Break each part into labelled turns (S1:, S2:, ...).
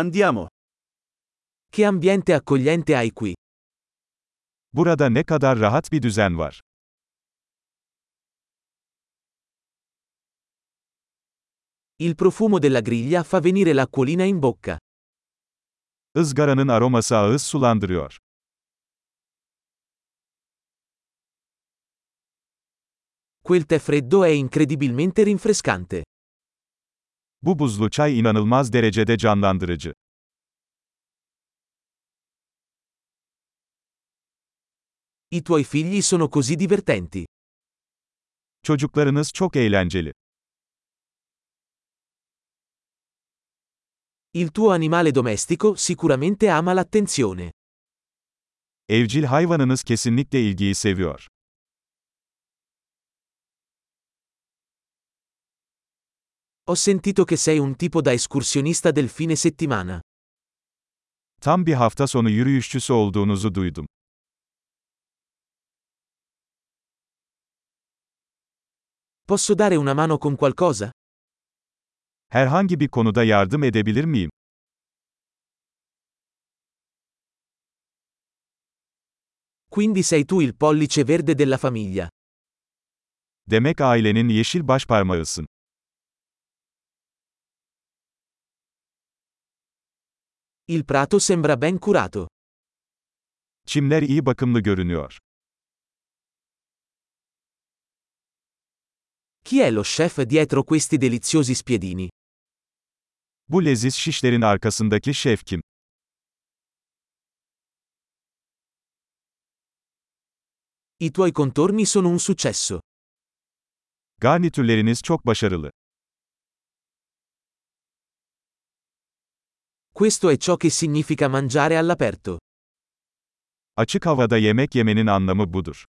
S1: Andiamo. Che ambiente accogliente hai qui.
S2: Burada ne kadar rahat bir düzen var.
S1: Il profumo della griglia fa venire l'acquolina in bocca.
S2: Izgaranın aroması ağız sulandırıyor.
S1: Quel tè freddo è incredibilmente rinfrescante.
S2: Bu buzlu çay inanılmaz derecede canlandırıcı.
S1: I tuoi figli sono così divertenti.
S2: Çocuklarınız çok eğlenceli.
S1: Il tuo animale domestico sicuramente ama l'attenzione.
S2: Evcil hayvanınız kesinlikle ilgiyi seviyor.
S1: Ho sentito che sei un tipo da escursionista del fine settimana.
S2: Tam bir hafta sonu yürüyüşçüsü olduğunuzu duydum.
S1: Posso dare una mano con qualcosa?
S2: Herhangi bir konuda yardım edebilir miyim?
S1: Quindi sei tu il pollice verde della famiglia.
S2: Demek ailenin yeşil başparmağısın.
S1: Il prato sembra ben curato.
S2: Çimler iyi bakımlı görünüyor.
S1: Chi è lo chef dietro questi deliziosi spiedini?
S2: Bu leziz şişlerin arkasındaki şef kim?
S1: I tuoi contorni sono un successo.
S2: Garnitürleriniz çok başarılı.
S1: Questo è ciò che significa mangiare all'aperto.
S2: Açık havada yemek yemenin anlamı budur.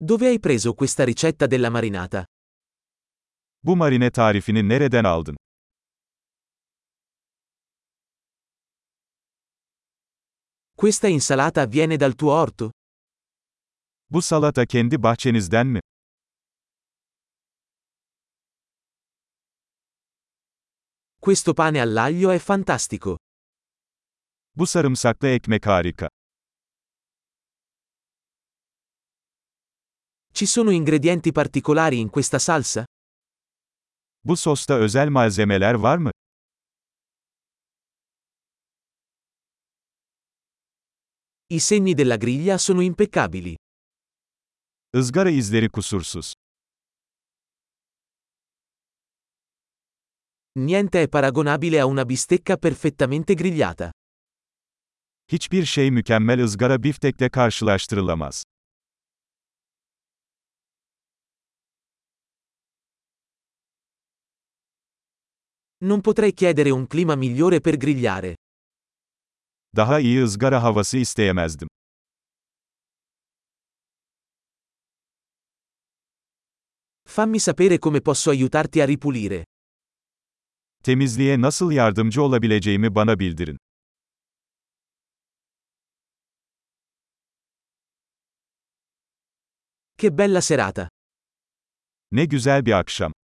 S1: Dove hai preso questa ricetta della marinata?
S2: Bu marine tarifini nereden aldın?
S1: Questa insalata viene dal tuo orto?
S2: Bu salata kendi bahçenizden mi?
S1: Questo pane all'aglio è fantastico.
S2: Bu sarımsaklı ekmek harika.
S1: Ci sono ingredienti particolari in questa salsa?
S2: Bu sosta özel malzemeler var mı?
S1: I segni della griglia sono impeccabili.
S2: Izgara izleri kusursuz.
S1: Niente è paragonabile a una bistecca perfettamente grigliata.
S2: Hiçbir şey mükemmel ızgara biftekle karşılaştırılamaz.
S1: Non potrei chiedere un clima migliore per grigliare.
S2: Daha iyi ızgara havası isteyemezdim.
S1: Fammi sapere come posso aiutarti a ripulire.
S2: Temizliğe nasıl yardımcı olabileceğimi bana bildirin.
S1: Che bella serata!
S2: Ne güzel bir akşam.